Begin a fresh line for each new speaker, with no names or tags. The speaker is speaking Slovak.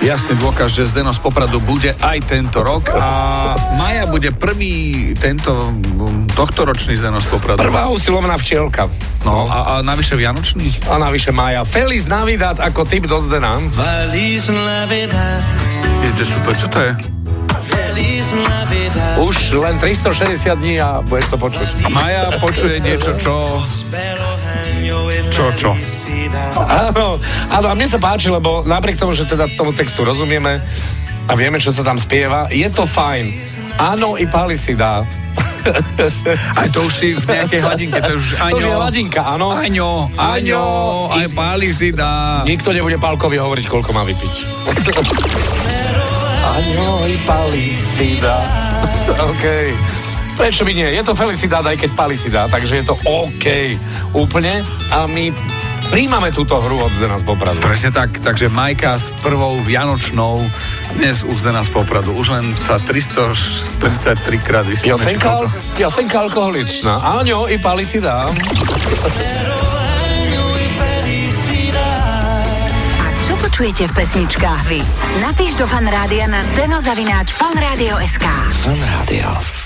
jasný dôkaz, že Zdeno z Popradu bude aj tento rok a Maja bude prvý tento tohtoročný Zdeno z Popradu.
Prvá usilovná včielka.
No a, a navyše Vianočný.
A navyše Maja. Feliz Navidad ako typ do Zdena.
Feliz Navidad.
Je to super, čo to je?
Feliz Navidad.
Už len 360 dní a budeš to počuť.
Maja počuje niečo, čo...
Prospero año y
Čo, čo?
felicidad.
Áno, áno, a mne sa páči, lebo napriek tomu, že teda tomu textu rozumieme a vieme, čo sa tam spieva, je to fajn. Áno, i pali si dá.
Aj to už si v nejakej hladinke, to už
To
Aňo.
už je hladinka, áno.
Aňo, Aňo, aj páli si dá.
Nikto nebude Pálkovi hovoriť, koľko má vypiť. Áno, i pali si dá. OK. Prečo by nie? Je to felicidad, aj keď pali si dá, takže je to OK. Úplne. A my príjmame túto hru od Zdena z Popradu.
Presne tak, takže Majka s prvou Vianočnou dnes u Zdena z Popradu. Už len sa 343 krát vyspíme. či
Piosenka,
koľko.
piosenka alkoholičná. Áno, i pali si dá.
A čo počujete v pesničkách vy? Napíš do fanrádia na steno zavináč fanradio.sk.
Fan Radio.